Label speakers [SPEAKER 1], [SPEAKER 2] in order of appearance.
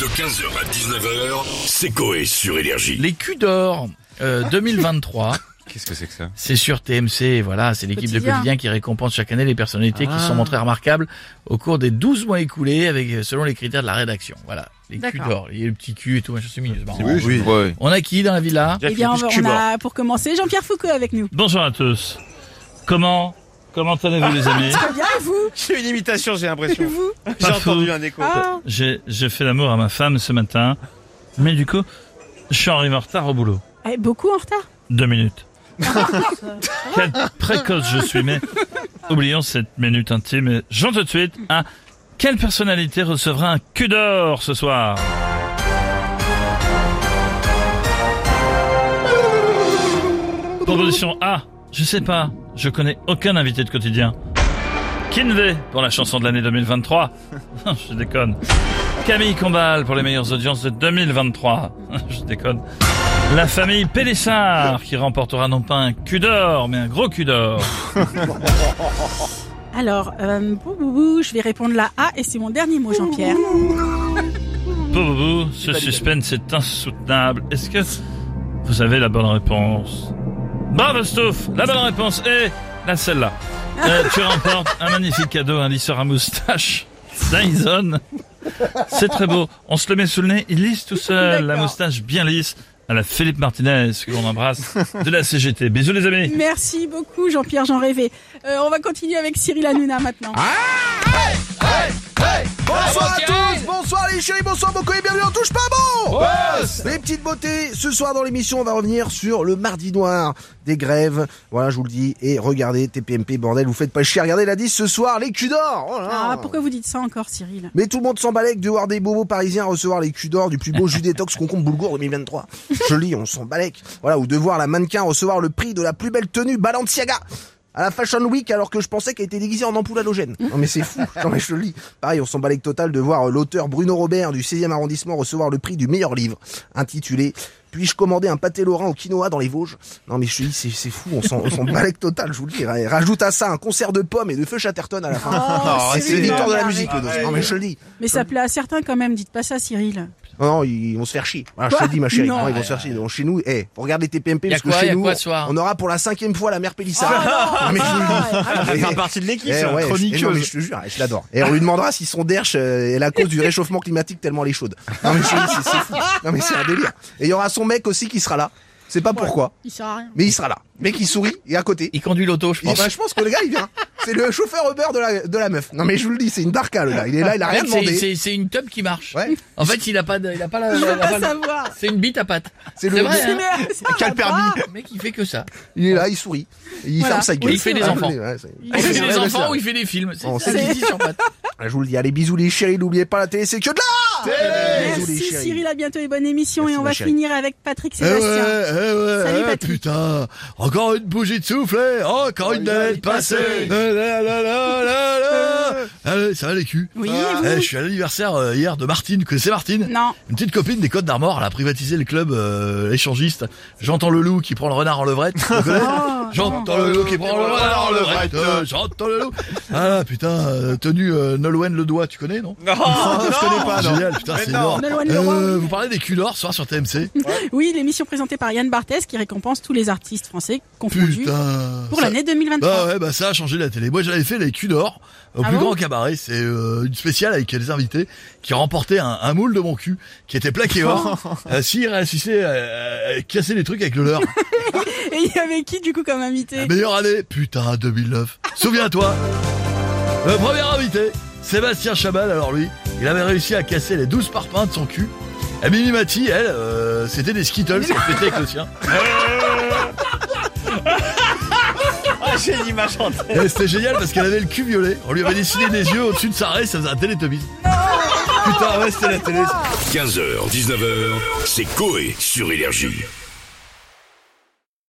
[SPEAKER 1] De 15h à 19h, c'est Coé sur Énergie.
[SPEAKER 2] Les culs d'or euh, 2023.
[SPEAKER 3] Qu'est-ce que c'est que ça
[SPEAKER 2] C'est sur TMC, voilà, c'est l'équipe de
[SPEAKER 4] Quotidien.
[SPEAKER 2] quotidien qui récompense chaque année les personnalités qui se sont montrées remarquables au cours des 12 mois écoulés avec euh, selon les critères de la rédaction. Voilà, les culs
[SPEAKER 4] D'accord.
[SPEAKER 2] d'or, il y a le petit cul et tout, machin, c'est mignon, c'est marrant.
[SPEAKER 3] oui.
[SPEAKER 2] On a qui dans la villa
[SPEAKER 4] Eh bien, on, on a pour commencer Jean-Pierre Foucault avec nous.
[SPEAKER 2] Bonjour à tous. Comment Comment allez-vous les amis
[SPEAKER 4] Très Ah, bien, et vous
[SPEAKER 3] C'est une imitation, j'ai
[SPEAKER 4] Et
[SPEAKER 3] l'impression.
[SPEAKER 4] vous
[SPEAKER 3] J'ai entendu
[SPEAKER 2] fou.
[SPEAKER 3] un écho.
[SPEAKER 4] Ah,
[SPEAKER 2] J'ai j'ai fait l'amour à ma femme ce matin, mais du coup, je suis arrivé en retard au boulot.
[SPEAKER 4] eh, beaucoup en retard.
[SPEAKER 2] Deux minutes. Quel précoce je suis, mais oublions cette minute intime. Et J'en tout de suite à quelle personnalité recevra un cul d'or ce soir Proposition A, je sais pas, je connais aucun invité de quotidien. Kinvey pour la chanson de l'année 2023. je déconne. Camille Combal pour les meilleures audiences de 2023. je déconne. La famille Pélissard qui remportera non pas un cul d'or, mais un gros cul d'or.
[SPEAKER 4] Alors, euh, bou, bou, bou, je vais répondre la A et c'est mon dernier mot, Jean-Pierre.
[SPEAKER 2] Boubou, ce suspense est insoutenable. Est-ce que vous avez la bonne réponse Bravo Stouff, la bonne réponse est la celle-là. Euh, tu remportes un magnifique cadeau, un lisseur à moustache Dyson. C'est très beau. On se le met sous le nez, il lisse tout seul, la
[SPEAKER 4] D'accord.
[SPEAKER 2] moustache bien lisse. À la Philippe Martinez, que l'on embrasse, de la CGT. Bisous les amis.
[SPEAKER 4] Merci beaucoup, Jean-Pierre, j'en rêvais. Euh, on va continuer avec Cyril Hanouna maintenant.
[SPEAKER 5] Ah. Bonsoir à tous, bonsoir les chéris, bonsoir beaucoup et bienvenue en touche pas bon Les petites beautés, ce soir dans l'émission on va revenir sur le mardi noir des grèves, voilà je vous le dis, et regardez TPMP bordel, vous faites pas chier, regardez la 10 ce soir, les culs d'or oh là là.
[SPEAKER 4] Ah, pourquoi vous dites ça encore, Cyril
[SPEAKER 5] Mais tout le monde s'emballe avec de voir des bobos parisiens recevoir les culs d'or du plus beau jus détox concombre boulgour 2023. Je lis, on s'emballe. avec. Voilà, ou de voir la mannequin recevoir le prix de la plus belle tenue Balenciaga à la Fashion Week alors que je pensais qu'elle était déguisée en ampoule halogène. Non mais c'est fou, non mais je le lis. Pareil, on s'emballe avec total de voir euh, l'auteur Bruno Robert du 16e arrondissement recevoir le prix du meilleur livre intitulé puis-je commander un pâté lorrain au quinoa dans les Vosges Non mais je te dis, c'est c'est fou, on s'en on s'en balèque total, je vous le dis. Et Rajoute à ça un concert de pommes et de feu Chatterton à la fin.
[SPEAKER 2] Ah,
[SPEAKER 4] Oh,
[SPEAKER 5] C'est les victoires de la
[SPEAKER 4] arrête.
[SPEAKER 5] musique, le dos. Non, mais je le dis.
[SPEAKER 4] Mais ça plaît à certains quand même, dites pas ça, Cyril.
[SPEAKER 5] Non, non, ils vont se faire chier. Voilà, je te
[SPEAKER 4] Quoi
[SPEAKER 5] le dis, ma chérie.
[SPEAKER 4] Non.
[SPEAKER 5] Non, ils vont se faire chier. Donc, chez nous, eh, on regarde les TPMP
[SPEAKER 2] Y a
[SPEAKER 5] parce que
[SPEAKER 2] quoi, y
[SPEAKER 5] chez
[SPEAKER 2] a
[SPEAKER 5] nous,
[SPEAKER 2] quoi ce soir Ah,
[SPEAKER 5] on aura pour la cinquième fois la mère Pélissard. non, mais je vous le dis.
[SPEAKER 3] Elle
[SPEAKER 5] Eh,
[SPEAKER 3] fait partie de l'équipe,
[SPEAKER 5] eh,
[SPEAKER 3] c'est
[SPEAKER 5] ouais,
[SPEAKER 3] un
[SPEAKER 5] je- eh, non, mais je
[SPEAKER 3] chroniqueuse.
[SPEAKER 5] te jure, eh, je l'adore. Et on lui demandera si son derche euh, est la cause du réchauffement climatique tellement elle est chaude. Non mais je te dis, c'est c'est fou. Non mais c'est un délire. Et il y aura son mec aussi qui sera là. C'est pas pourquoi,
[SPEAKER 4] Il sert à rien.
[SPEAKER 5] mais il sera là. Mec qui sourit et à côté.
[SPEAKER 2] Il conduit l'auto, je
[SPEAKER 5] Et bah, je pense que le gars il vient. C'est le chauffeur Uber de la, de la meuf. Non mais je vous le dis, c'est une darka le gars. Il est là, il a rien demandé.
[SPEAKER 2] C'est une tub qui marche.
[SPEAKER 5] Ouais.
[SPEAKER 2] En fait, il a pas, de- il a pas la.
[SPEAKER 4] Je
[SPEAKER 2] la-
[SPEAKER 5] euh,
[SPEAKER 4] veux
[SPEAKER 2] la-
[SPEAKER 4] pas
[SPEAKER 2] la-
[SPEAKER 4] savoir.
[SPEAKER 2] C'est une bite à pattes.
[SPEAKER 5] C'est le-
[SPEAKER 2] vrai.
[SPEAKER 4] C'est-
[SPEAKER 2] hein.
[SPEAKER 4] mais ça
[SPEAKER 3] Quel
[SPEAKER 4] va
[SPEAKER 3] permis
[SPEAKER 4] pas.
[SPEAKER 2] Le mec, il fait que ça.
[SPEAKER 5] Il est là, il sourit. Et il
[SPEAKER 4] Voilà.
[SPEAKER 5] ferme sa gueule.
[SPEAKER 2] il fait des
[SPEAKER 5] Ah,
[SPEAKER 2] enfants.
[SPEAKER 5] ouais, c'est-
[SPEAKER 2] Il fait
[SPEAKER 5] c'est
[SPEAKER 2] des
[SPEAKER 5] vrai, c'est
[SPEAKER 2] enfants
[SPEAKER 5] vrai.
[SPEAKER 2] ou il fait des films. C'est
[SPEAKER 5] On
[SPEAKER 2] ça
[SPEAKER 4] sait.
[SPEAKER 2] qu'il dit sur pattes.
[SPEAKER 5] Ah, Je vous le dis, allez, bisous les chéris, n'oubliez pas la télé, c'est que de là Bisous
[SPEAKER 4] Merci
[SPEAKER 5] les chéris.
[SPEAKER 4] Cyril, à bientôt et bonne émission.
[SPEAKER 5] Merci,
[SPEAKER 4] et on
[SPEAKER 5] ma
[SPEAKER 4] va
[SPEAKER 5] chérie. Euh,
[SPEAKER 4] finir avec Patrick
[SPEAKER 6] Eh
[SPEAKER 4] Sébastien. Salut, Patrick.
[SPEAKER 6] putain, encore une bougie de soufflet, encore une navette passée. Eh, La, la, la, la, la, la. Allez, ça va les culs
[SPEAKER 4] Oui,
[SPEAKER 6] Ah.
[SPEAKER 4] et vous
[SPEAKER 6] Eh, Je suis à l'anniversaire euh, hier de Martine, vous connaissez Martine
[SPEAKER 4] Non.
[SPEAKER 6] Une petite copine des Côtes d'Armor, elle a privatisé le club euh, échangiste. J'entends le loup qui prend le renard en levrette. vous connaissez
[SPEAKER 4] Oh,
[SPEAKER 6] J'entends le loup qui prend le renard en levrette. euh, J'entends le loup. Ah putain, euh, tenue euh, Nolwenn le doigt, tu connais non Ah,
[SPEAKER 3] Non, Ah, je connais pas, non.
[SPEAKER 6] Génial, putain,
[SPEAKER 3] Mais
[SPEAKER 6] c'est
[SPEAKER 3] non.
[SPEAKER 6] énorme.
[SPEAKER 4] Nolwenn le Roy,
[SPEAKER 6] Euh,
[SPEAKER 4] oui.
[SPEAKER 6] vous parlez des culs d'or ce soir sur TMC
[SPEAKER 4] Oui, l'émission présentée par Yann Barthès qui récompense tous les artistes français confondus
[SPEAKER 6] Putain.
[SPEAKER 4] pour
[SPEAKER 6] ça-
[SPEAKER 4] l'année 2023.
[SPEAKER 6] Bah ouais, bah ça a changé la télé. Moi, j'avais fait les culs d'or au
[SPEAKER 4] Ah
[SPEAKER 6] plus
[SPEAKER 4] bon
[SPEAKER 6] grand cabaret. C'est euh, une spéciale avec les invités qui remportaient un, un moule de mon cul qui était plaqué or. euh, S'ils réussissaient à, à casser les trucs avec le leur.
[SPEAKER 4] Et il y avait qui du coup comme
[SPEAKER 6] La
[SPEAKER 4] invité
[SPEAKER 6] meilleure année, putain, 2009. Souviens-toi. Le premier invité, Sébastien Chabal, alors lui, il avait réussi à casser les 12 parpaings de son cul. Et Mimi Mati, elle, euh, c'était des Skittles, elle pétait avec le sien.
[SPEAKER 3] Ah, j'ai l'image en tête.
[SPEAKER 6] Et c'était génial parce qu'elle avait le cul violet. On lui avait dessiné des yeux au-dessus de sa raie, ça faisait un télétobie. Putain, ouais, c'était la télé.
[SPEAKER 1] 15h, 19h, c'est Coé sur Énergie.